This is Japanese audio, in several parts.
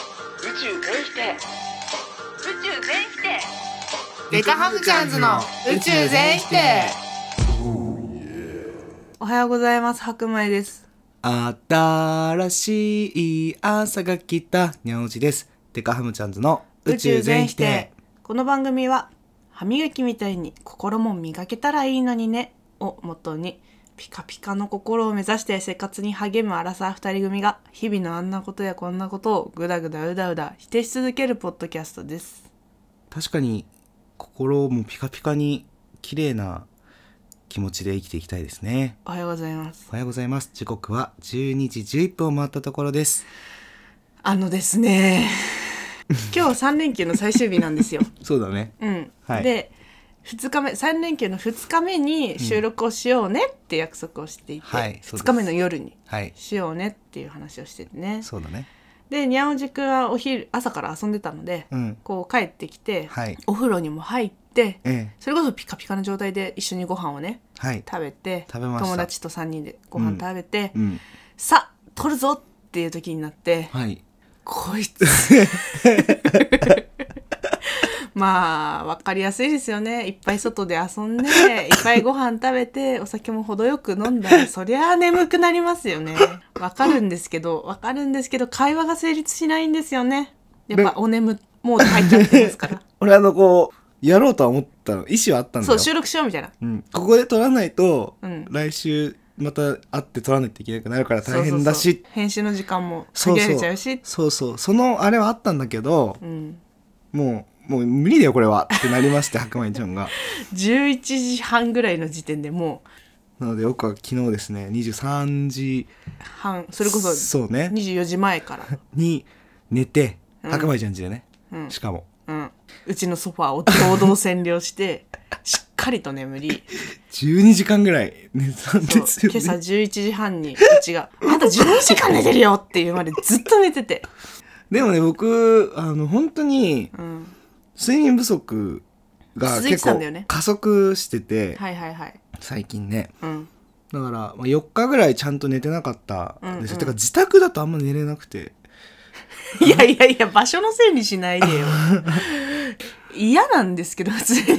宙全否定宇宙全否定デカハムチャンズの宇宙全否定おはようございます白米です新しい朝が来たにゃおじですデカハムチャンズの宇宙全否定この番組は歯磨きみたいに心も磨けたらいいのにねをもとにピカピカの心を目指して生活に励むアラサー二人組が日々のあんなことやこんなことをぐだぐだうだうだ否定し続けるポッドキャストです確かに心もピカピカに綺麗な気持ちで生きていきたいですねおはようございますおはようございます時刻は12時11分を回ったところですあのです ね今日3連休の最終日なんですよそうだねうんはいで2日目3連休の2日目に収録をしようねって約束をしていて、はいそうです2日目の夜にはいしようねっていう話をしててねそうだねでにゃおじくんはお昼朝から遊んでたので、うんこう帰ってきて、はいお風呂にも入ってええそれこそピカピカの状態で一緒にご飯をねはい食べて食べました友達と3人でご飯食べて、うんさあ撮るぞっていう時になって、はいこいつ まあ分かりやすいですよねいっぱい外で遊んでいっぱいご飯食べてお酒も程よく飲んだらそりゃあ眠くなりますよね分かるんですけど分かるんですけど会話が成立しないんですよねやっぱお眠モード入っちゃってま すから俺あのこうやろうとは思ったの意思はあったんだそよう収録しようみたいなうん、ここで撮らないと、うん来週また会って撮らないといけなくなるからそうそ大うそう変だし編集の時間もそ下うげらそれうちゃうしそうそうそのあれはあったんだけど、うん、もうもう無理だよこれはってなり まして白米ちゃんが11時半ぐらいの時点でもなので僕は昨日ですね23時う半それこそそうね24時前から、に寝てうん白米ちゃん家でね、うん、しかもうん、うちのソファーを堂々占領して しっかりと眠 り12時間ぐらい寝たんそうですよ今朝ね11時半にうち が「まだ12時間寝てるよ!」っていうまでずっと寝てて、 でもね僕あの本当にうん、睡眠不足が続いて結たん構だよね加速してて、はいはいはい、最近ねうん、だから、まあ、4日ぐらいちゃんと寝てなかったんですよ、うんうんてか自宅だとあんま寝れなくていやいやいや場所のせいにしないで よ嫌なんですけど普通 に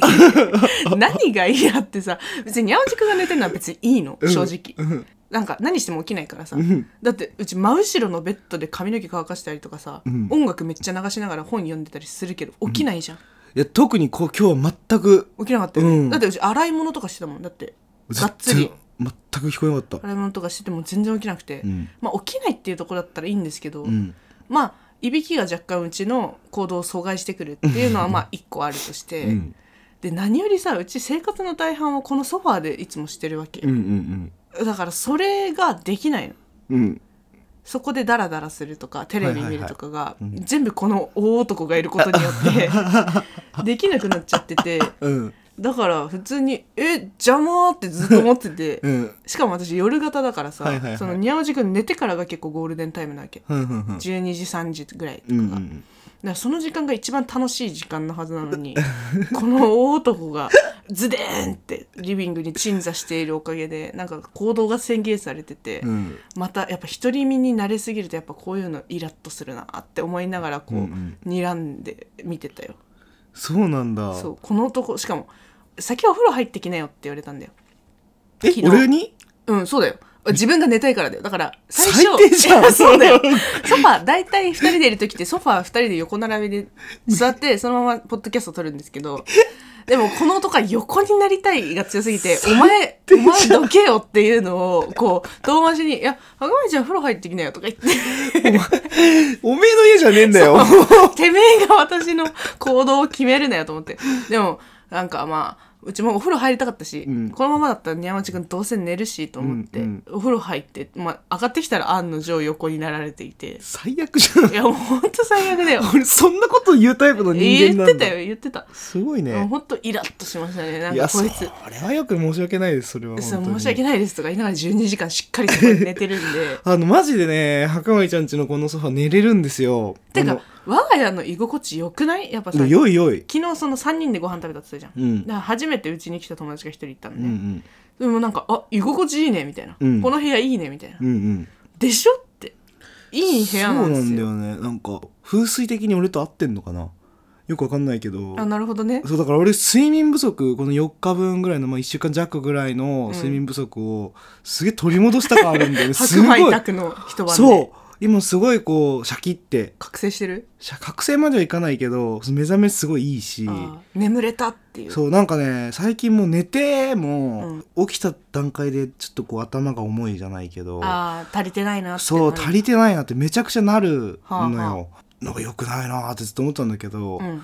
何が嫌ってさ別ににゃおじくんが寝てるのは別にいいの正直、うんなんか何しても起きないからさ、うんだってうち真後ろのベッドで髪の毛乾かしたりとかさ、うん音楽めっちゃ流しながら本読んでたりするけど起きないじゃん、いや特にこう今日は全く起きなかったよね、うんだってうち洗い物とかしてたもんだってがっつり全然全く聞こえなかった、洗い物とかしてても全然起きなくて、うんまあ起きないっていうところだったらいいんですけど、うん、まあいびきが若干うちの行動を阻害してくるっていうのはまあ一個あるとして、うんで何よりさうち生活の大半をこのソファーでいつもしてるわけ、うんうんだからそれができないのうんうんそこでダラダラするとかテレビ見るとかが、いはいうん全部この大男がいることに よってできなくなっちゃっててうんだから普通に「え邪魔!」ってずっと思ってて、うんしかも私夜型だからさ、はいはいはいそのにゃおじくん寝てからが結構ゴールデンタイムなわけ、うんうんうん12時3時ぐらいとうかが、んうだかんらその時間が一番楽しい時間のはずなの にこの大男がズデーンってリビングに鎮座しているおかげでなんか行動が宣言されてて、うんまたやっぱ独り身になれすぎるとやっぱこういうのイラッとするなって思いながらこう、うんうん睨んで見てたよそうなんだそうこの男しかも「先お風呂入ってきなよ」って言われたんだよえ昨日俺 にうん、そうだよ。自分が寝たいからだよ。だから、最初。最低じゃん そうだよ。ソファー、大体二人でいる時って、ソファー二人で横並びで座って、そのままポッドキャスト撮るんですけど、でもこの男は横になりたいが強すぎて、お前、お前どけよっていうのを、こう、遠回しに、いや、赤前ちゃん風呂入ってきなよとか言って、おめえの家じゃねえんだよ てめえが私の行動を決めるなよと思って。でも、なんかまあ、うちもお風呂入りたかったし、うんこのままだったら宮町君どうせ寝るしと思って、うんお風呂入って、まあ、上がってきたら案の定横になられてい て。最悪じゃんいや、もうほんと最悪だよ。俺そんなこと言うタイプの 人言間なってんだたよ、言ってた。すごいもうねほんとイラッとしましたね。なんいやかそこれいつ。はよく申し訳ないですそれは本当そうに申し訳ないですとか言いながら12時間しっかりそこで寝てるん であの、マジでね、白米ちゃんちのこのソファ寝れるんですよ。てあかの我が家の居心地良くないやっぱさうんよいよい。昨日その3人でご飯食べたって言ったじゃん、うんだから初めてうちに来た友達が1人いたのうね、んでもなんか、あ、居心地いいね、みたいな。うんこの部屋いいね、みたいな。うん。うんうん。でしょって。いい部屋なんでそうなすんだよよねなんか風水的に俺と合ってんのかなよくわかんないけどあなるほどねそうだから俺睡眠不足この4日分ぐらいの、まあ、1週間弱ぐらいの睡眠不足をすげえ取り戻した感あるんだよねす 白ごい米宅の一晩でそう今すごいこうシャキって覚醒してるシャ覚醒まではいかないけど目覚めすごいいいしあー眠れたっていうそうなんかね最近もう寝ても、起きた段階でちょっとこう頭が重いじゃないけどああ足りてないなってそう足りりてないなってめちゃくちゃなるのよ、はあはなんか良くないなってずっと思ったんだけど、うん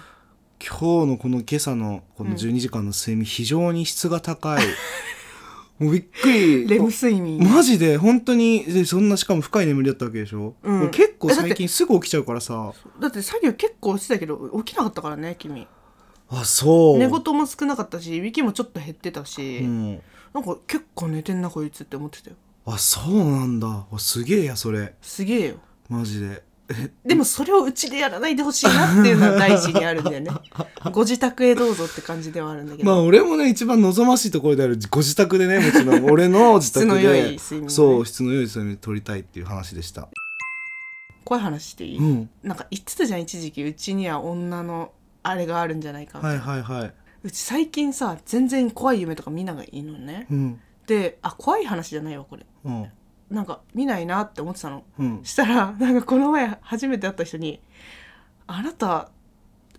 今日のこの今朝のこの12時間の睡眠非常に質が 高い、もうびっくりレム睡眠マジで本当にでそんなしかも深い眠りだったわけでしょ、うん俺結構えだって最近すぐ起きちゃうからさだって作業結構してたけど起きなかったからね君あそう寝言も少なかったしいびきもちょっと減ってたし、うん、なんか結構寝てんなこいつって思ってたよあそうなんだあすげえやそれすげえよマジでえでもそれをうちでやらないでほしいなっていうのは大事にあるんだ よねご自宅へどうぞって感じではあるんだけど、まあ俺もね一番望ましいところであるご自宅でねもちろん 俺の自宅で質の良い睡眠をねそう質の良い睡眠を取りたいっていう話でした怖い話していい、うんなんか言ってたじゃん一時期うちには女のあれがあるんじゃないかみたいはいな、はいはいうち最近さ全然怖い夢とか見ないのねうんであ怖い話じゃないわこれうんなんか見ないなって思ってたのうんしたらなんかこの前初めて会った人に「あなた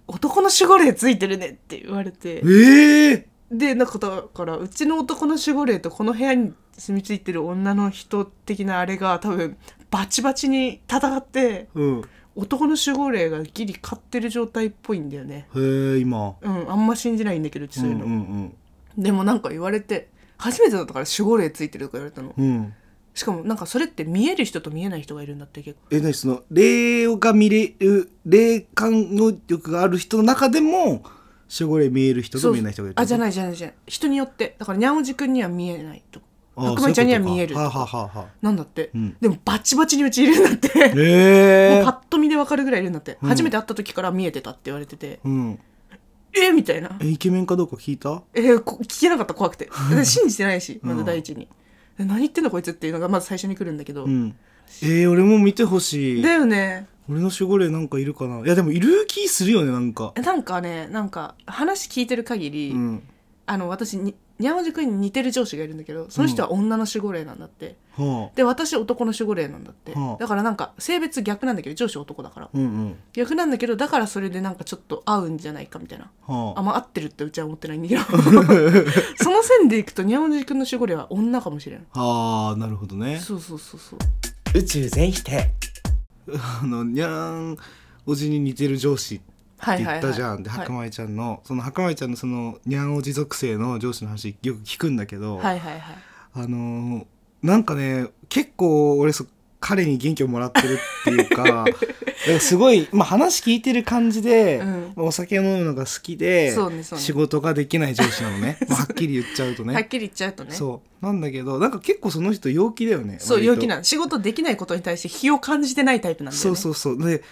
男の守護霊ついてるね」って言われてええでなんかだからうちの男の守護霊とこの部屋に住み着いてる女の人的なあれが多分バチバチに戦ってうん男の守護霊がギリ勝ってる状態っぽいんだよね。へえ今うん、あんま信じないんだけどうちそういうの、んでもなんか言われて初めてだったから守護霊ついてるとか言われたのうんうんしかもなんかそれって見える人と見えない人がいるんだって結構え何その霊が見れる霊感能力がある人の中でも守護霊見える人と見えない人がいるあじゃいないじゃないじゃない人によってだからにゃんおじくんには見えないとあ白米ちゃんには見えるそういうことかはあはあはあはあなんだって、うんでもバチバチにうちいるんだってもうええパッと見でわかるぐらいいるんだって、うん初めて会った時から見えてたって言われてて、うんえみたいなえイケメンかどうか聞いたえーこ聞けなかった怖 くてで信じてないしまだ第一に、え何言ってんだこいつっていうのがまず最初に来るんだけど、うんえー、俺も見てほしいだよね俺の守護霊なんかいるかないやでもいる気するよねなんかえなんかねなんか話聞いてる限り、うんあの私ににゃんおじくんに似てる上司がいるんだけどその人は女の守護霊なんだって、はで私男の守護霊なんだって、はあだからなんか性別逆なんだけど上司男だからあうんうん逆なんだけどだからそれでなんかちょっと合うんじゃないかみたいなはああんま合ってるってうちは思ってないんだけ どその線でいくとにゃおじくんの守護霊は女かもしれんはあなるほどねそうそうそうそう宇宙全否定あのにゃーんおじに似てる上司ってはいは言い、ったはい、じゃん、ではい白米ちゃんの、その白米ちゃんのそのにゃんおじ属性の上司の話よく聞くんだけど、はいはいはいあのーなんかね結構俺そ彼に元気をもらってるっていう かなんかすごい、まあ、話聞いてる感じで、うんまあお酒を飲むのが好きで、そうねそうね仕事ができない上司なの ね、まあはっきり言っちゃうとねはっきり言っちゃうとねそうそうなんだけどなんか結構その人陽気だよね割と陽気な仕事できないことに対して非を感じてないタイプなんだよねそうそうそうで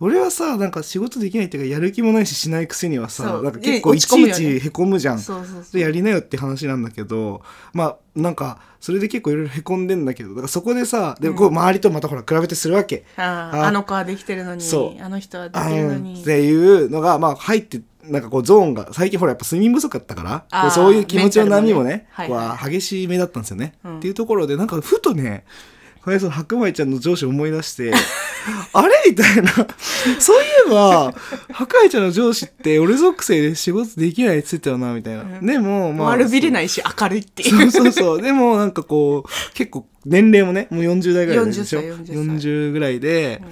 俺はさなんか仕事できないっていうかやる気もないししないくせにはそさうなんか結構いちでい落ち込むよちへこむじゃん、そうそうそうでやりなよって話なんだけどまあなんかそれで結構いろいろへこんでんだけどだからそこでさでこう周りとまたほら比べてするわけ、ああああの子はできてるのにそうあの人はであきるのんにっていうのがまあ入ってなんかこうゾーンが最近ほらやっぱ睡眠不足だったからあーこうそういう気持ちの波もメンねタルこもうねはいはい激しめだったんですよね、うんっていうところでなんかふとねこれその白米ちゃんの上司を思い出して あれみたいな そういえば白米ちゃんの上司って俺属性で仕事できないって言ってたよなみたいな、でもまあ丸びれないし明るいってい うそうそうそう。でもなんかこう、結構年齢もね、もう40代ぐらいでしょ40歳40歳40ぐらいで、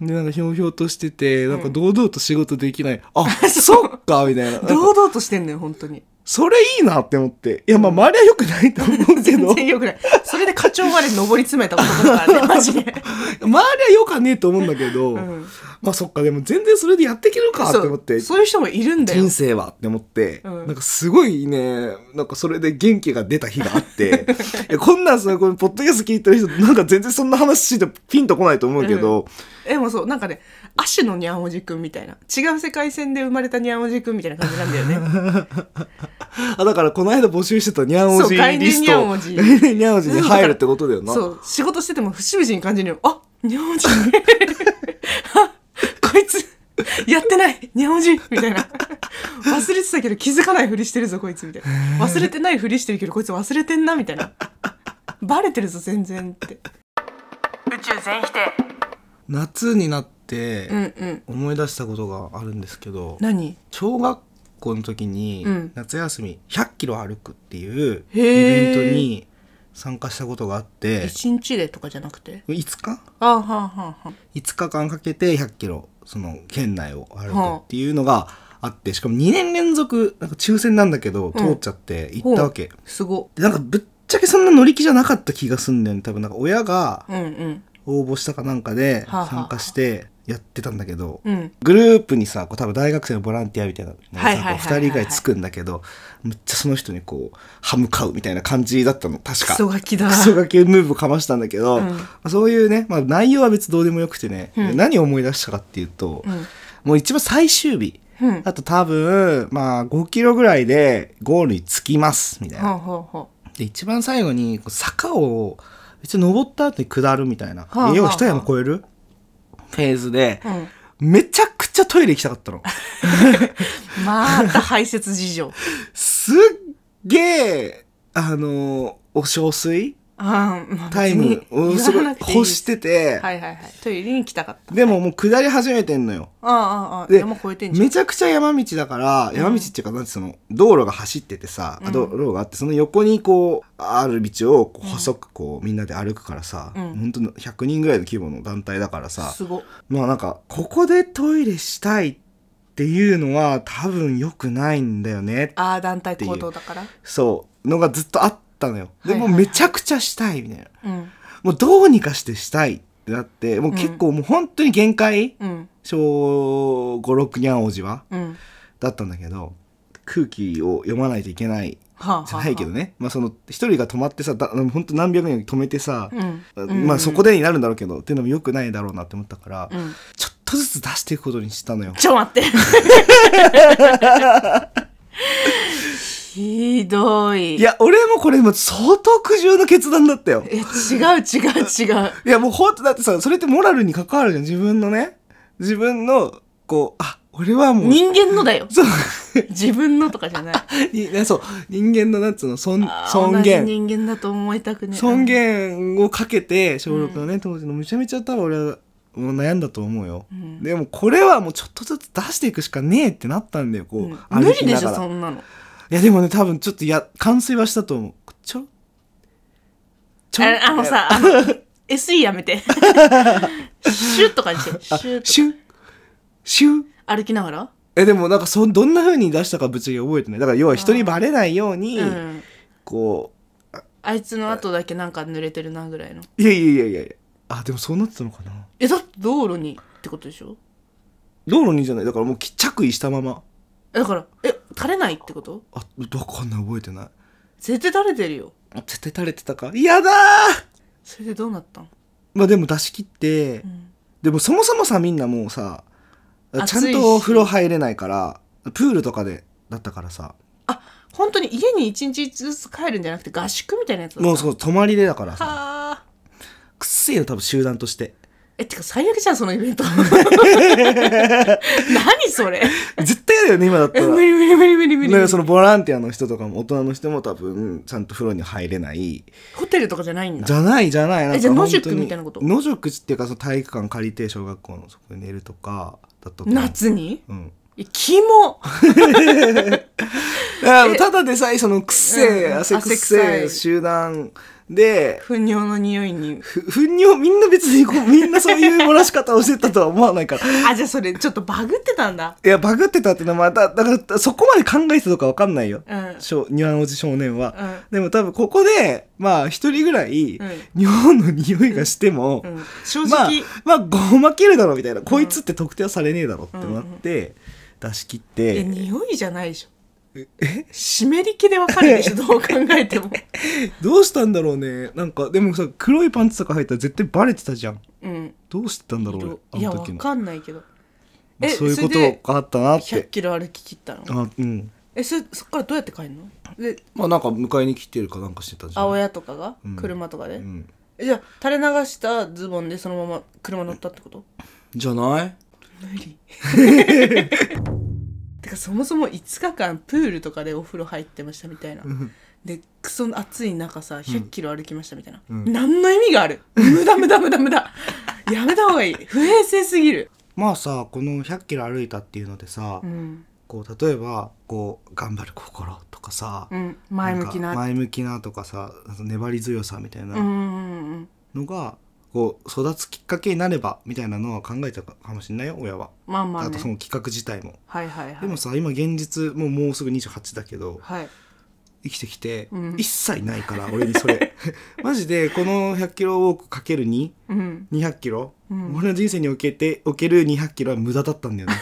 で、なんかひょうひょうとしてて、なんか堂々と仕事できない。あ、 そっか、みたいな。なんか堂々としてんのよ本当にそれいいなって思って。いや、まあ周りは良くないと思うけ全ど、周 然よくないそれで課長まで上り詰めた男だからねマジで、りは良かねえと思うんだけど、うん、まあそっか、でも全然それでやっていけるかってそ思ってう。そういう人もいるんだよ人生はって思って、うんなんかすごいね、なんかそれで元気が出た日があ って、いやこんなんさ、このポッドキャスト聞いてる人、なんか全然そんな話してピンとこないと思うけど、でもそうなんかね亜 種のニャンおじくんみたいな違う世界線で生まれたニャンおじくんみたいな感じなんだよねあだからこの間募集してたニャンおそじう概念リストニャンおじ概念ニャンおじに入るってことだよなそう仕事してても節々に感じるよあ日本人 あこいつやってない日本人みたいな忘れてたけど気づかないふりしてるぞこいつみたいな忘れてないふりしてるけどこいつ忘れてんなみたいなバレてるぞ全然って宇宙全否定夏になってうんうん思い出したことがあるんですけど、何小学校の時にうん夏休み100キロ歩くっていうイへーベントに参加したことがあって一日でとかじゃなくて5日あはんはんはん ?5 日間かけて100キロその県内を歩くっていうのがあってしかも2年連続なんか抽選なんだけど通っちゃって行ったわけ、すごでなんかぶっちゃけそんな乗り気じゃなかった気がすんだよね多分なんか親がうんうん応募したかなんかではあはあ参加してやってたんだけど、うんグループにさこう多分大学生のボランティアみたいなのがはいはいはいはい2人以外つくんだけどめっちゃその人にこう歯向かうみたいな感じだったの確クか。ソガキだクソガキムーブかましたんだけど、うんまあそういうね、まあ、内容は別にどうでもよくてね、うん何を思い出したかっていうと、うんもう一番最終日、うんあと多分まあ5キロぐらいでゴールに着きますみたいなほうほうほで一番最後にこう坂を別に登った後に下るみたいな、あはあ家を一山越えるフェーズでう、うんめちゃくちゃトイレ行きたかったのまた排泄事情。すっげえあのお小水あーまあタイ別ムにを 言すごわいなくていい欲しててはいはいはい。トイレに来たかった。でももう下り始めてんのよああ、ああ、で山越えてんじゃん。めちゃくちゃ山道だから、山道っていうかなんてその道路が走っててさ、あうん道路があってその横にこうある道をこう細くこうみんなで歩くからさ、うん本当の100人ぐらいの規模の団体だからさ、すご。まあなんか、ここでトイレしたいっていうのは多分良くないんだよね。ああ、団体行動だから。そう。のがずっとあったのよ。ではいもはういはいめちゃくちゃしたいみたいな。うん。もうどうにかしてしたいってなって、もう結構もう本当に限界、うん。小5、6にゃんおじはうん。だったんだけど、空気を読まないといけないはあ、はあ。じゃないけど。ね。まあその一人が止まってさ、だ本当何百人か止めてさ、うん。まあそこでになるんだろうけど、っていうのも良くないだろうなって思ったから、うん。ちょっとずつ出していくことにしたのよ。ちょ待って。ひどい。い。や、俺もこれも相当苦渋の決断だったよ。え、違う違う違う。いや、もうほんと、だってさ、それってモラルに関わるじゃん、自分のね。自分の、こう、あ、俺はもう、人間のだよ。そう、 自分のとかじゃない。にねそう、人間のなんつうの、尊あ、ー尊同じ厳。人間だと思いたくね。尊厳をかけて、小6のね、当時のめちゃめちゃ多分俺は、もう悩んだと思うよ。んでも、これはもうちょっとずつ出していくしかねえってなったんだよ、こう。うん。無歩理きでなしがょ、らそんなの。いや、でもね、多分ちょっとや、完遂はしたと思う。ちょ、ちょ、ああのさ、あの SE やめて。 シュッとかにして。シュッとシュッシュッ歩きながらえでもなんかそんどんな風に出したかぶっちゃけ覚えてないだから要は人にバレないように、うん。こあいつの後だけなんか濡れてるなぐらいの。ういやいやいやいやあでもそうなってたのかなえ、だって道路にってことでしょ道路にじゃないだからもう着衣したままだから、え、垂れないってことあわかんない覚えてない絶対垂れてるよ。あ絶対垂れてたかやだーそれでどうなったんまあでも出し切って、んでもそもそもさみんなもうさちゃ暑んいしとお風呂入れないからプールとかでだったからさあ、本当に家に一日ずつ帰るんじゃなくて合宿みたいなやつだったもうそう泊まりでだからさはあ。くっせえよ多分集団としてえ、てか最悪じゃん、その イベント。何それ絶対嫌だよね今だったえ、ら無理無理無理無理無だから理。そのボランティアの人とかも大人の人も多分ちゃんと風呂に入れないホテルとかじゃないんだじ。ゃないじゃないなんかじゃあ本当に野宿みたいなこと野宿っていうかその体育館借りて小学校のそこに寝るとかだとか夏にうんえ、キモだからただでさえそのくっせえうん汗くっせ汗臭えい集団で糞尿の匂いにふ糞尿みんな別にこ うみんなそういう漏らし方をしてたとは思わないからあじゃあそれちょっとバグってたんだいやバグってたってのはまただからそこまで考えてたとかわかんないよ、うん少ニュアンおじ少年は、うんでも多分ここでまあ一人ぐらい、うん尿の匂いがしても、うん正まあ直、まあごまけるだろうみたいな、こいつって特定はされねえだろうってなって、出し切って、え匂いじゃないでしょえ湿り気でわかる でしょどう考えてもどうしたんだろうねなんかでもさ黒いパンツとか入ったら絶対バレてたじゃんうんどうしてたんだろうあいやのわ時の、かんないけどまあえそういうそれでことがあったなっ100てキロ歩き切ったのあうんええそそっからどうやって帰るのでまあなんか迎えに来てるかなんかしてたじゃん青親とかが、うん車とかうで、んえじゃあ垂れ流したズボンでそのまま車乗ったってことじゃない無理 てかそもそも5日間プールとかでお風呂入ってましたみたいなでクソ暑い中さ1 0 0キロ歩きましたみたいな、うん何の意味がある無駄無駄無駄無駄やめた方がいい不衛生すぎるまあさこの1 0 0キロ歩いたっていうのでさ、うん、こう例えばこう頑張る心とかさ、うん、前向きなんか前向きなとかさあと粘り強さみたいうんうなんうんのが、こう育つきっかけになればみたいなのは考えたかもしれないよ親は、まあまああねとその企画自体も、はいはいはいでもさ今現実もうもうすぐ28だけどはい生きてきて、うん一切ないから俺にそれマジでこの1 0 0キロウォークかける2うん2 0 0キロ、うん俺の人生におけておける2 0 0キロは無駄だったんだよね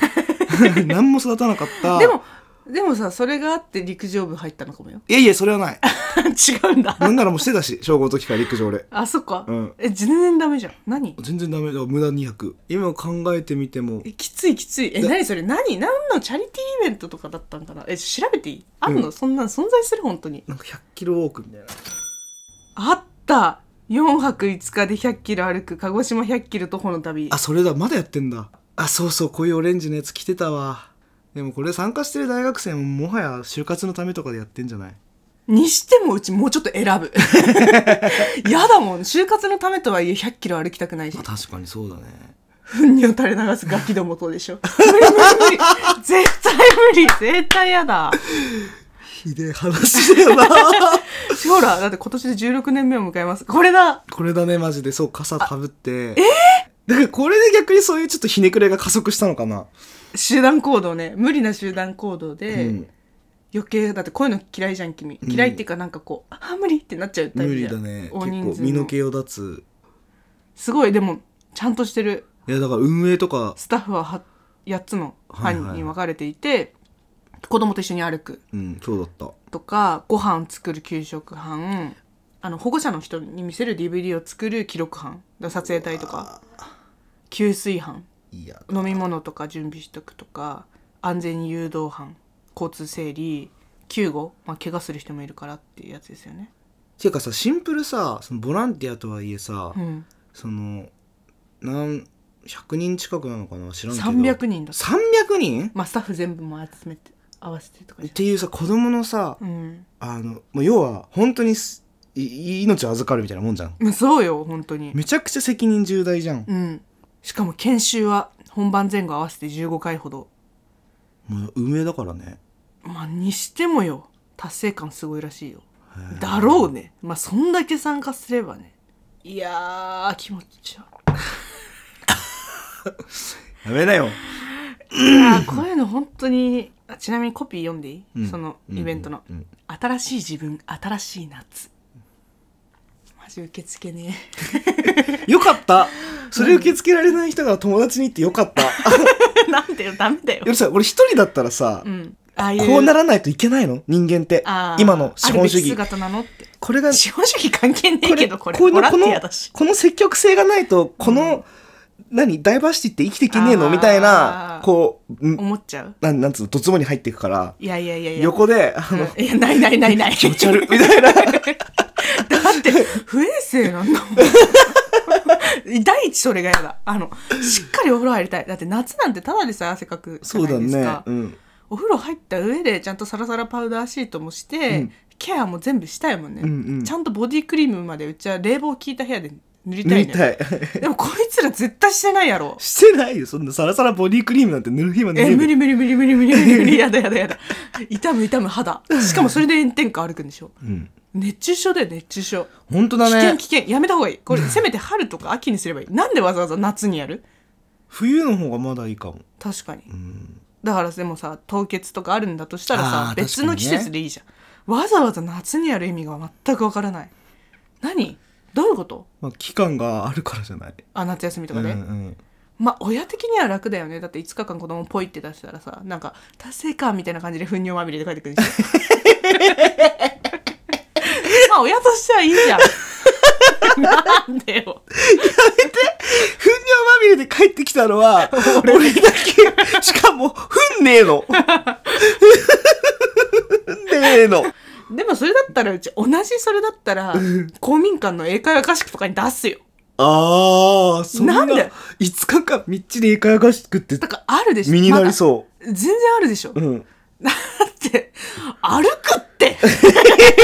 何も育たなかったでもでもさそれがあって陸上部入ったのかもよ いやいやそれはない違うんだなんならもうしてたし小5の時から陸上俺あそっか、うんえ全然ダメじゃん何全然ダメだ無駄200今考えてみてもえきついきついえ何それ何何のチャリティーイベントとかだったんかなえ調べていいあんの、うんそんなん存在する本当になんか100キロウォークみたいなあった4泊5日で100キロ歩く鹿児島100キロ徒歩の旅あそれだまだやってんだあそうそうこういうオレンジのやつ着てたわでもこれ参加してる大学生ももはや就活のためとかでやってんじゃないにしてもうちもうちょっと選 ぶやだもん就活のためとはいえ100キロ歩きたくないし確かにそうだね糞尿垂れ流すガキどもとでしょ無理無理無理絶対無理絶対やだひでえ話だよなほらだって今年で16年目を迎えますこれだ これだねマジでそう傘かぶってえだからこれで逆にそういうちょっとひねくれが加速したのかな、集団行動ね無理な集団行動で、うん余計だってこういうの嫌いじゃん君嫌いっていうかなんかこう、あ無理ってなっちゃうタイ無プじ理ゃんだね結大人構数身のの毛を立つすごいでもちゃんとしてるいやだから運営とかスタッフはは8つの班に分かれていて、子供と一緒に歩くうんそうだったとかご飯作る給食班あの保護者の人に見せる DVD を作る記録班だから撮影隊とか給水班いや飲み物とか準備しとくとか安全誘導班交通整理救護、まあ、怪我する人もいるからっていうやつですよね。ていうかさシンプルさそのボランティアとはいえさ、うん、そのなん100人近くなのかな知らんけど300人だった300人まあ、スタッフ全部も集めて合わせてとかっじていうさ子供のさゃんうんあのもう要は本当にすい命を預かるみたいなもんじゃんまあそうよ本当にめちゃくちゃ責任重大じゃん、うんしかも研修は本番前後合わせて15回ほどもう運営だからねまあにしてもよ達成感すごいらしいよだろうねまあそんだけ参加すればねいやー気持 ち悪やめな よいいやーこういうの本当にあちなみにコピー読んでいい、うんそのイベントの、うんうんうん新しい自分新しい夏マジ受け付けね えよかったそれ受け付けられない人が友達に言ってよか ったなんだよダメだよよさ俺一人だったらさ、うんああいうこうならないといけないの人間ってあー今の資本主あるべき義姿なのってこれが資本主義関係ねえけどこれこういうボのランこテのィアだしこの積極性がないとこの、何ダイバーシティって生きていけねえあのーみたいなこうん思っちゃうなんなんつうのどつぼに入っていくからいやいやいやいや横であうん の、いやないないないな い気持ち 悪いみたいなだって不衛生なんだもん 第一それが嫌だあのしっかりお風呂入りたいだって夏なんてただでさえ汗かくじゃそうなだいですかね、うん、お風呂入った上でちゃんとサラサラパウダーシートもして、うんケアも全部したいもんね、うんうんちゃんとボディクリームまでうちは冷房効いた部屋で塗りた塗りいねたい でもこいつら絶対してないやろしてないよそんなサラサラボディクリームなんて塗る暇ね ええよ無理無理無理無理無理無理無 理やだやだやだ痛む痛む肌しかもそれで炎天下歩くんでしょうん熱中症だよ熱中症本当危だ険ね危険やめた方がいいこれせめて春とか秋にすればいいなんでわざわざ夏にやる冬の方がまだいいかも、確かにうん、だからでもさ凍結とかあるんだとしたらあさー別の季節でいいじゃんわざわざ夏にやる意味が全くわからない何どういうことまあ期間があるからじゃないあ夏休みとうんかうね、んまあ親的には楽だよねだって5日間子供ポイって出したらさなんか達成感みたいな感じで糞尿まみれで帰ってくるでしょ まあ親としてはいいじゃんなんでよ糞尿まみれで帰ってきたの は、俺だけ。しかも、糞ねえの。ねえの。でもそれだったらうち同じそれだったら公民館の英会話合宿とかに出すよああ、そんな。なんで ?5 日間、みっちり英会話合宿ってだからあるでしょ、身になりそうまだ全然あるでしょう。うん。だって歩くって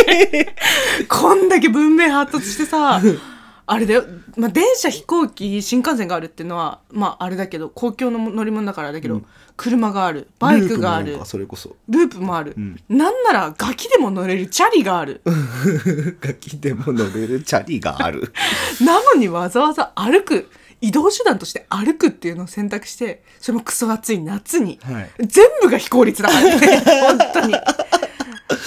こんだけ文明発達してさあれだよ、まあ、電車飛行機新幹線があるっていうのはまああれだけど公共の乗り物だからだけど、うん車があるバイクがあループもなるんかそれこそ。 ループもある、うんなんならガキでも乗れるチャリがあるガキでも乗れるチャリがあ る。なのにわざわざ歩く移動手段として歩くっていうのを選択してそれもクソ暑い夏に、はい全部が非効率だからね 本当に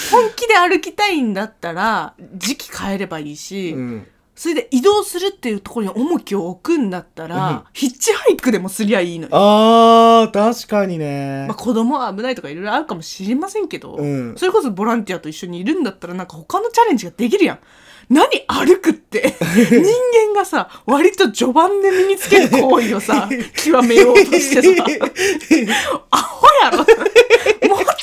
本気で歩きたいんだったら時期変えればいいし、うん。それで移動するっていうところに重きを置くんだったら、うんヒッチハイクでもすりゃいいのよ。ああ、確かにねまあ、。子供は危ないとかいろいろあるかもしれませんけど、うんそれこそボランティアと一緒にいるんだったらなんか他のチャレンジができるやん。何歩くって 人間がさ割と序盤で身につける行為を さ極めようとしてさアホや ろもっ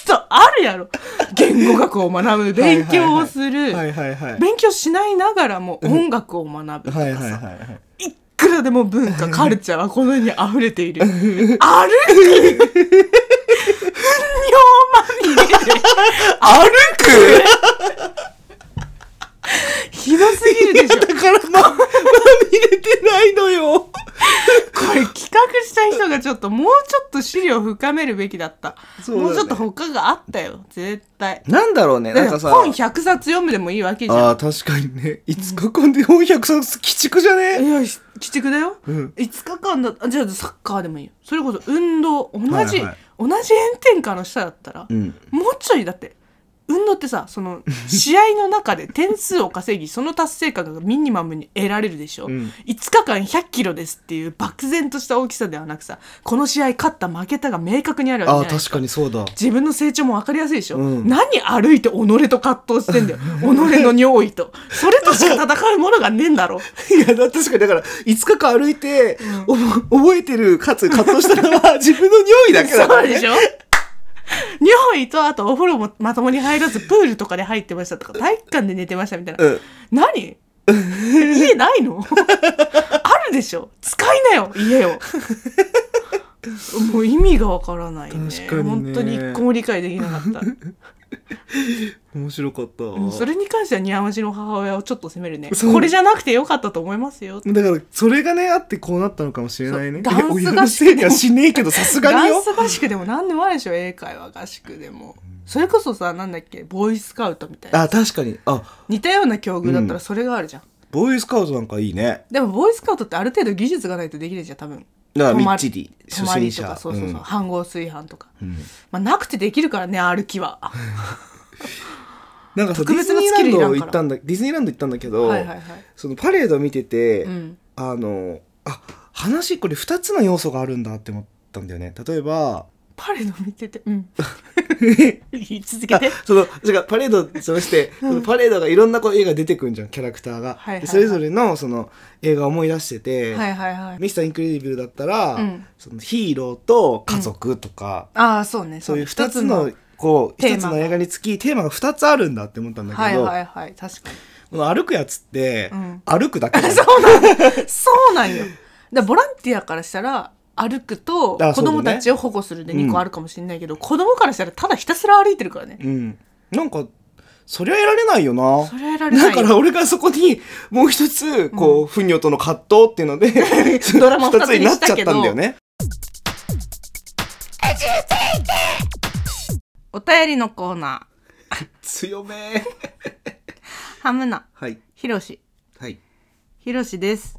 とあるやろ言語学を学ぶ勉強をする、はいはいはい。勉強しないながらも音楽を学ぶとかさ、はいはいはいはい。いくらでも文化、カル チャーはこの世に溢れている。歩く糞尿まみれで 歩くひどすぎるでしょ。だからま、ま見れてないのよ。これ企画した人がちょっともうちょっと資料深めるべきだった。そうだねもうちょっと他があったよ、絶対。なんだろうね、なんかさ。本100冊読むでもいいわけじゃん。ああ、確かにね。5日間で400冊、鬼畜じゃねいや、し鬼畜だよ。うん5日間だあじゃあサッカーでもいいよ。それこそ運動、同じ、はいはい同じ炎天下の下だったら、んもうちょいだって、運動ってさ、その、試合の中で点数を稼ぎ、その達成感がミニマムに得られるでしょ。うん5日間100キロですっていう漠然とした大きさではなくさ、この試合勝った負けたが明確にあるわけあじゃあ、ない確かにそうだ。自分の成長も分かりやすいでしょ、うん何歩いて己と葛藤してんだよ己の尿意とそれとしか戦うものがねえんだろいや、だ確かに、だから、5日間歩いて、おぼ覚えてる、かつ、葛藤したのは、自分の匂いだけだかそらうねでしょ尿意とあとお風呂もまともに入らずプールとかで入ってましたとか体育館で寝てましたみたいな、うん何家ない のあるでしょ使いなよ家をもう意味がわからないね確かにね本当に一個も理解できなかった面白かった。うんそれに関しては庭町の母親をちょっと責めるねそうこれじゃなくてよかったと思いますよだから、それがね、あってこうなったのかもしれないね。そういやダンス合宿親のせいにはしねえけど、さすがにダンよス。合宿でも何でもあるでしょ英会話合宿でもそれこそさなんだっけボーイスカウトみたいなあ、確かに。あ、似たような境遇だったうんらそれがあるじゃん、ボーイスカウトなんかいいね。でもボーイスカウトってある程度技術がないとできるじゃん多分だから泊まみっちり泊まりと初心か者そうそうそう、うん飯合炊飯とか、んまあ、なくてできるからね歩きはなんかさ、デ特ィズ別ニーなスラキンルいらんドから行ったんだ、ディズニーランド行ったんだけど、はいはいはいそのパレード見てて、うんあの、あ、話、これ2つの要素があるんだって思ったんだよね。例えば、パレード見ててうん 言い続けてあその違うパレードそのして、そのパレードがいろんなこう映画出てくるじゃんキャラクターが、はいはいはいでそれぞれのその映画を思い出してて、はいはいはいミスターインクレディブルだったら、うんそのヒーローと家族とか、ああそうねそういうね2つのこうテーマ1つの映画につきテーマが2つあるんだって思ったんだけど、はいはいはい確かにこの歩くやつって、うん歩くだけだよ そうなんそうなんよ。だからボランティアからしたら歩くとあそ子うだね供たちを保護するで2うん個あるかもしれないけど、子供からしたらただひたすら歩いてるからね。うん、なんかそりゃ得られないよなそれやられなだいかよら俺がそこにもう一つこう、不尿との葛藤っていうので ドラマ2二つつにになっしちゃったたけんどだよね。お便りのコーナ強め ーーハムナはいひろしはいひろしです。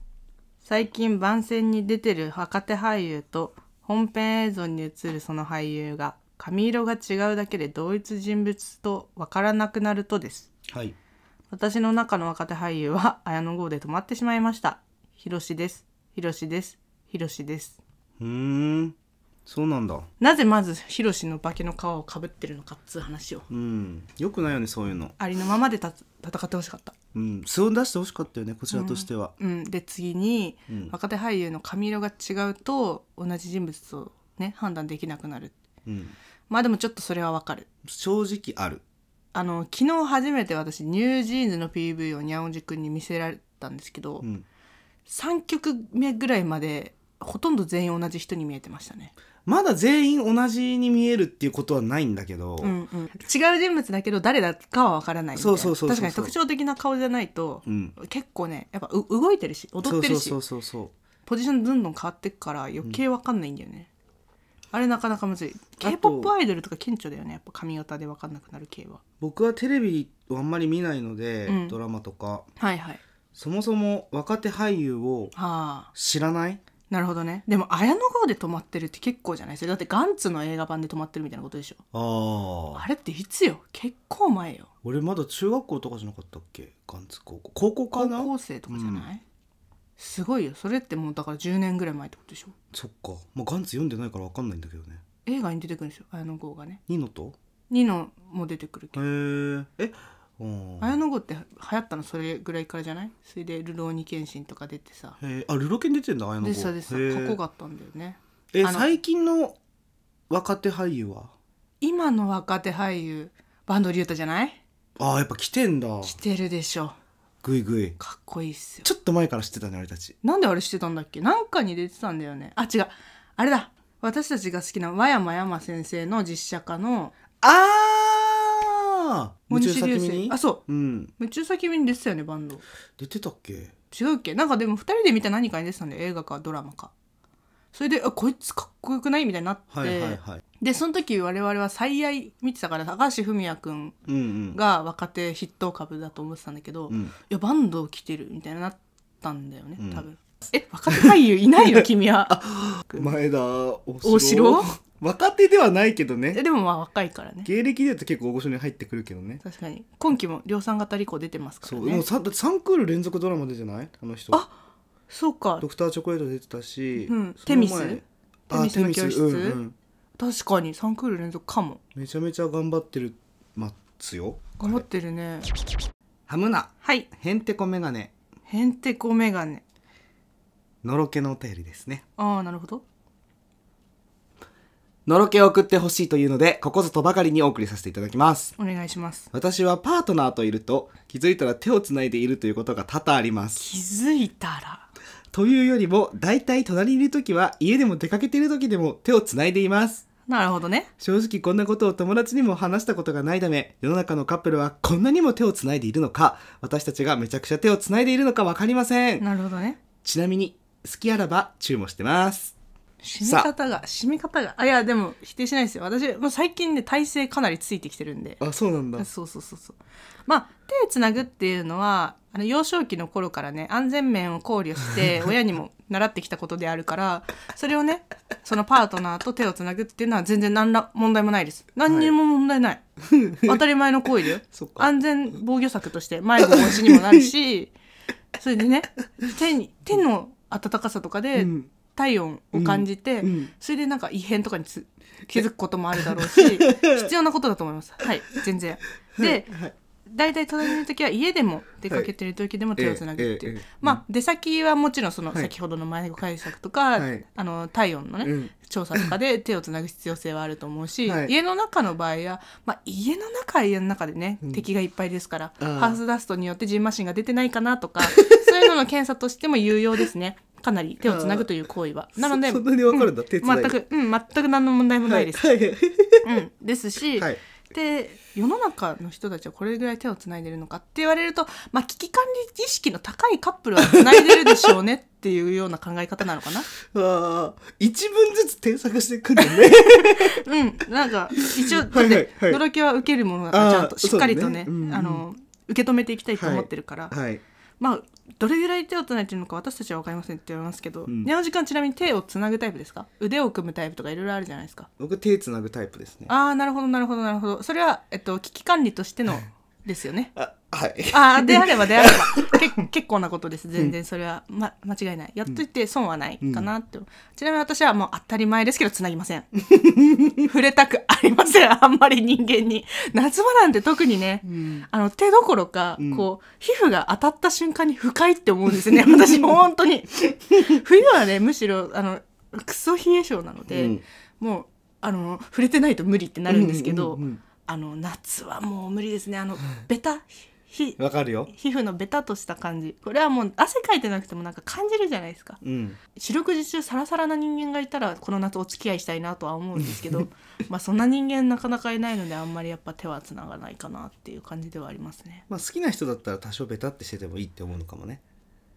最近番宣に出てる若手俳優と本編映像に映るその俳優が髪色が違うだけで同一人物とわからなくなるとです。はい私の中の若手俳優は綾野剛で止まってしまいました。ひろしです。ひろしです。ひろしです。うーんそうなんだなぜまずひろしの化けの皮をかぶってるのかっつう話を。うんよくないよねそういうのありのままでたつ戦ってほしかった。うん素を出してほしかったよねこちらとしては、うん。で次に、うん若手俳優の髪色が違うと同じ人物とね判断できなくなる。うんまあでもちょっとそれはわかる。正直あるあの昨日初めて私ニュージーンズの PV をにゃおじくんに見せられたんですけど、うん3曲目ぐらいまでほとんど全員同じ人に見えてましたね、まだ全員同じに見えるっていうことはないんだけど、うんうん、違う人物だけど誰だかは分からないみたいなそうそうそうそう確かに特徴的な顔じゃないと、うん結構ねやっぱう動いてるし踊ってるしそうそうそうそうポジションどんどん変わってくから余計分かんないんだよね、あれなかなかむずいと k p o p アイドルとか顕著だよねやっぱ髪型で分かんなくなる系は僕はテレビをあんまり見ないので、うんドラマとかはいはいそもそも若手俳優をはあ知らないなるほどねでも綾野剛で止まってるって結構じゃないそれだってガンツの映画版で止まってるみたいなことでしょあーあれっていつよ結構前よ俺まだ中学校とかじゃなかったっけガンツ高校高校か高な校生とかじゃない、すごいよそれってもうだから10年ぐらい前ってことでしょそっか、まあ、ガンツ読んでないから分かんないんだけどね映画に出てくるんですよ綾野剛がねニノとニノも出てくるけへど、ーえうん綾野剛って流行ったのそれぐらいからじゃないそれで「流浪に剣心」とか出てさへーあルロケン出てんだ綾野で剛さでさへかっーこよかったんだよねえあの最近の若手俳優は今の若手俳優坂東龍太じゃないあーやっぱ来てんだ来てるでしょグイグイかっこいいっすよちょっと前から知ってたね俺たちなんであれしてたんだっけなんかに出てたんだよねあ違うあれだ私たちが好きな和山山先生の実写化のああ大西流星あそううんう夢中先見に出てたよねバンド出てたっけ違うっけなんかでも2人で見た何かに出てたんだよ映画かドラマかそれであこいつかっこよくないみたいになって、はいはいはいでその時我々は最愛見てたから高橋文哉君うんうんが若手筆頭株だと思ってたんだけど、ういんやバンド来てるみたいになったんだよねうん多分、え若手俳優いないの 君は前田大城若手ではないけどえねでもまあ若いからね芸歴で言うと結構大御所に入ってくるけどね確かに今期も量産型リコ出てますかそらうもねうさだって3クール連続ドラマ出てないあの人あそうかドクターチョコレート出てたし、うんその前テミスあテミスの教室テミスうんうん確かに3クール連続かもめちゃめちゃ頑張ってるますよ頑張ってるねハムナはいへんてこメガネへんてこメガネのろけのお便りですねああなるほどのろけを送ってほしいというのでここぞとばかりにお送りさせていただきますお願いします私はパートナーといると気づいたら手をつないでいるということが多々あります気づいたらというよりも大体隣にいる時は家でも出かけている時でも手をつないでいますなるほどね正直こんなことを友達にも話したことがないため世の中のカップルはこんなにも手をつないでいるのか私たちがめちゃくちゃ手をつないでいるのかわかりませんなるほどねちなみに好きあらば注文してます締め方が締め方があいやでも否定しないですよ私もう最近ね体勢かなりついてきてるんであそうなんだそうそうそうそうまあ手つなぐっていうのはあの幼少期の頃からね安全面を考慮して 親にも習ってきたことであるからそれをねそのパートナーと手をつなぐっていうのは全然何ら問題もないです何にも問題ない、当たり前の行為だよそっか安全防御策として迷子防止にもなるしそれでね手に手の温かさとかでうん体温を感じて、うんうんそれでなんか異変とかにつ気づくこともあるだろうし 必要なことだと思いますはい全然で大体隣にいる時は家でも出かけてる時でも手をつなぐっていえええう、えええまあ出先はもちろんそのはい先ほどの迷子対策とか、はいあの体温のね、うん調査とかで手をつなぐ必要性はあると思うし、はい家の中の場合は、まあ、家の中は家の中でね、敵がいっぱいですからあーハウスダストによってジンマシンが出てないかな とかそういうのの検査としても有用ですねかなり手をつなぐという行為は。なのでそそんなにわかるんだ手つなぐ全く、うん、全く何の問題もないです。はいはいうん、ですし、はいで世の中の人たちはこれぐらい手をつないでるのかって言われると、まあ、危機管理意識の高いカップルはつないでるでしょうねっていうような考え方なのかな。ああ、一文ずつ添削していくんだね。 うん、なんか一応 だはいっはいはいてのろけは受けるものだからちゃんあとーしっかりとそねうだねうんうんあの受け止めていきたいと思ってるから、はい。まあどれぐらい手をつないでるのか私たちは分かりませんって言われますけど、んにゃお時間ちなみに手をつなぐタイプですか腕を組むタイプとかいろいろあるじゃないですか。僕手つなぐタイプですね。ああなるほどなるほどなるほどそれは、えっと、危機管理としてのですよね。あ、はい。 ああであればであればけ結構なことです全然それは、ま、間違いないやっといて損はないかなって、ちなみに私はもう当たり前ですけどつなぎません 触れたくありません あんまり人間に夏場なんて特にね、あの手どころか、こう皮膚が当たった瞬間に深いって思うんですよね 私本当に冬はねむしろあのクソ冷え性なので、うんもうあの触れてないと無理ってなるんですけど、うんうんうんうんあの夏はもう無理ですねあのベタひわかるよ。皮膚のベタとした感じこれはもう汗かいてなくてもなんか感じるじゃないですかうん。四六時中サラサラな人間がいたらこの夏お付き合いしたいなとは思うんですけど まあそんな人間なかなかいないのであんまりやっぱ手はつながないかなっていう感じではありますねまあ好きな人だったら多少ベタってしててもいいって思うのかもね。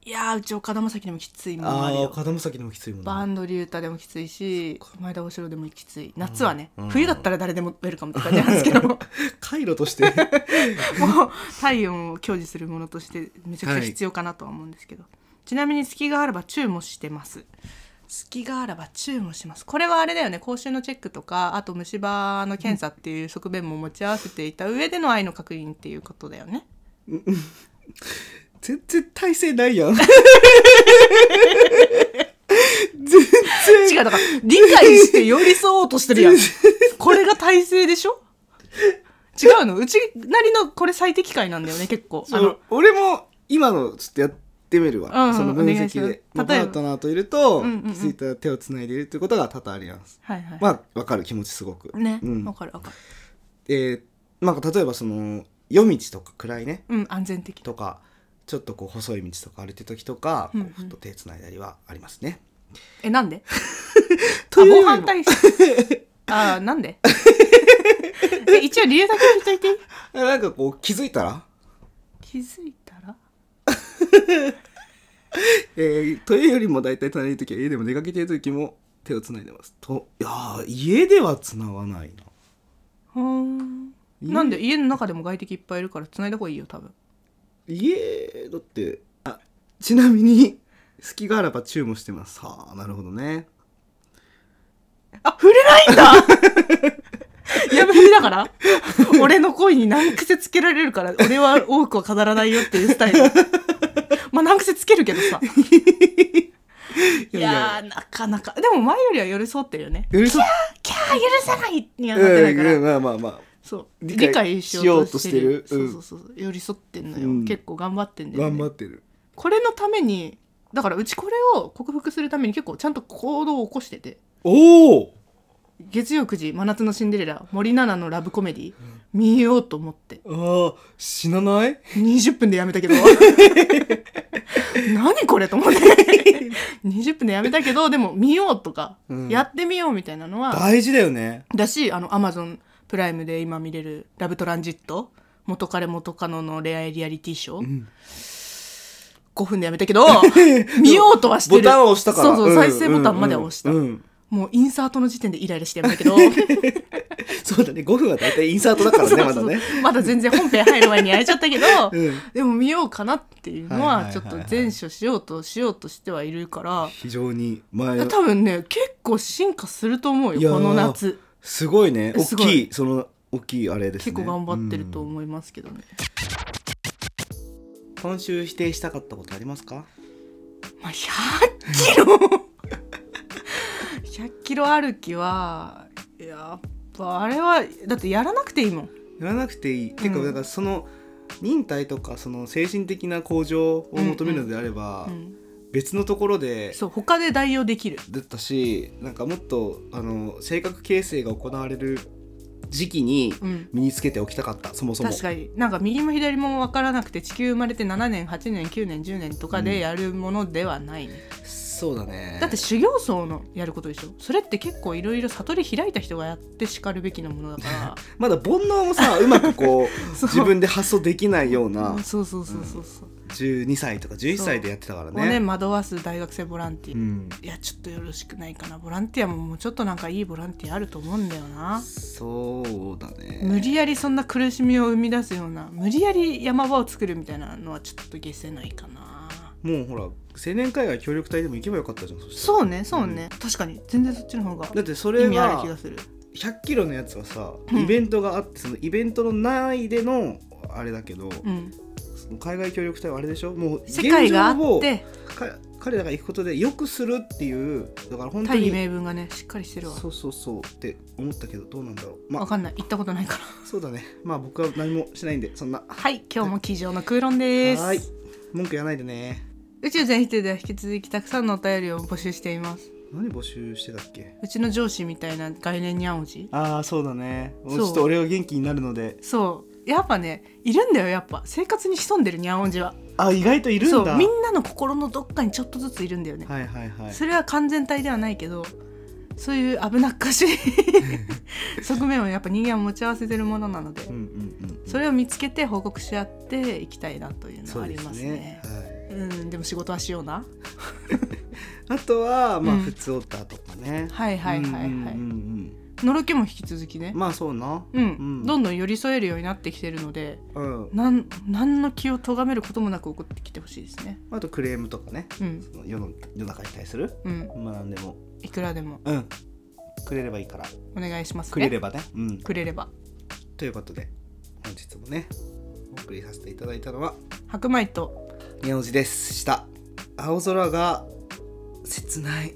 いやーうち岡田将生でもきついもんああるあ、よ岡田将生でもきついもんバね。ンド竜太でもきついし前田お城でもきつい夏はね、うん冬だったら誰でもウェルカムって感じなんですけども回路として。 う体温を享受するものとしてめちゃくちゃ必要かなとは思うんですけど、ちなみに隙があればチューもしてます隙があればチューもしますこれはあれだよね口臭のチェックとかあと虫歯の検査っていう側面も持ち合わせていた上での愛の確認っていうことだよね全然体勢ない やん。違うだから理解して寄り添おうとしてるやん これが体制でしょ違うのうちなりのこれ最適解なんだよね結構あのそう俺も今のちょっとやってみるわ。うんうんその分お願いし析ますで。まあパ例えばートナーといると、うんうんうん気づいたら手をつないでいるっていうことが多々あります。はいはい、まあ、わかる気持ちすごく。ね、うわん。かるわかるえーなんか例えばその、夜道とか暗いね。うん安全的とかちょっとこう細い道とか歩いてる時とか、うんうんこうふっと手つないだりはありますね。えなんでというよありも防犯対策あーなんで え一応理由だけ聞いといていいなんかこう気づいたら、気づいたらえーというよりも大体隣の時は家でも出かけてる時も手をつないでます。といやー家ではつながないな。ほーん家なんで家の中でも外敵いっぱいいるから繋いだ方がいいよ多分家だってあちなみに隙があらばチューもしてます。はあなるほどね。あ、触れないんだ やめりだから 俺の恋に難癖つけられるから、俺は多くは語らないよっていうス タイル。まあ難癖つけるけどさ。いいやいややー、なかなか。でも前よりは寄り添ってるよね。許さキャー許さないにはなってないから。うんまあまあまあそう。理理解解ししよよううととししててるる。うんそうそうそう。寄り添ってんのよ。うん結構頑張ってんだよ、頑ね。張ってる。これのために、だからうちこれを克服するために結構ちゃんと行動を起こしてて。おお月曜9時「真夏のシンデレラ」森七菜のラブコメディ見ようと思ってああ死なない20分でやめ たけど何これと思って20分でやめたけどでも見ようとか、うんやってみようみたいなのは大事だよね。だしあのアマゾンプライムで今見れる「ラブトランジット」元彼元カノの恋愛リアリティショー、ん5分でやめ たけど見ようとはしてボるタンを押したから。そうそう、ん再生ボタンまでは押した、うんうんもうインサートの時点でイライラしてやめたけどそうだね、5分は大体インサートだ からね、まだね。まだ全然本編入る前にやれちゃったけど、うんでも見ようかなっていうのはいははいはいはいちょっと前処しようとしようとしてはいるから非常に前多分ね結構進化すると思ういやよーこの夏すごいね。大すごいきい、その、大きいあれですね。結構頑張ってるとうん思いますけどね、今週否定したかったことありますかまあ、100キロ100キロ歩きはやっぱあれはだってやらなくていいもん言わなくていい。てか、うんだからその、忍耐とか、その、精神的な向上を求めるのであれば、うん、別のところで、そう他で代用できるだったし、なんかもっと、あの、性格形成が行われる時期に、うん身につけておきたかった、そもそも。確かになんか右も左も分からなくて地球生まれて7年8年9年10年とかでやるものではないね、そうだね。だって修行僧のやることでしょそれって結構いろいろ悟り開いた人がやってしかるべきなものだかまだ煩悩も さうまくこうそう自分で発想できないようらなうんそうそうそうそうそう、 12歳とか11歳でやってたからをねね。惑わす大学生ボランティうア、ん、いやちょっとよろしくないかなボランティアももうちょっとなんかいいボランティアあると思うんだよなそうだ無ね。理やりそんな苦しみを生み出すような無理やり山場を作るみたいなのはちょっと下せないかなもうほら青年海外協力隊でも行けばよかったじゃんそしたらそうねそうね、確かに全然そっちの方がだってそ意れ味あるは気がする100キロのやつはさうんイベントがあってそのイベントの内でのあれだけど、うんその海外協力隊はあれでしょもう世界があ現状っをてか彼らが行くことでよくするっていうだから本当大義に名分がねしっかりしてるわそうそうそうって思ったけどどうなんだろうまあわかんない行ったことない からそうだね。まあ僕は何もしないんで、そんな。ははい、今日も机上の空論です。ーい。文句言わないでね。宇宙全否定では引き続きたくさんのお便りを募集しています。何募集してたっけうちの上司みたいな概念に青じああそうだねもうそうちょっと俺は元気になるのでそうやっぱねいるんだよやっぱ生活に潜んでるにゃおんじはあ意外といるんだそうみんなの心のどっかにちょっとずついるんだよね、はいはいはいそれは完全体ではないけどそういう危なっかしい 側面をやっぱ人間は持ち合わせてるものなので、うんうんうんうんそれを見つけて報告し合っていきたいなというのはありますねそうですはいうんでも仕事はしようなあとはまあうん普通オタとかね、はいはいはいはうんい、うんうんのろけも引き続きねうん、まあそうなうん、うんどんどん寄り添えるようになってきてるのでうんなん何の気を咎めることもなく送ってきてほしいですねあとクレームとかねうんその世の世の中に対するうんまあ何でもいくらでもうんくれればいいからお願いしますねくれればねうんくれればということで本日もねお送りさせていただいたのは白米と宮おじでした青空が切ない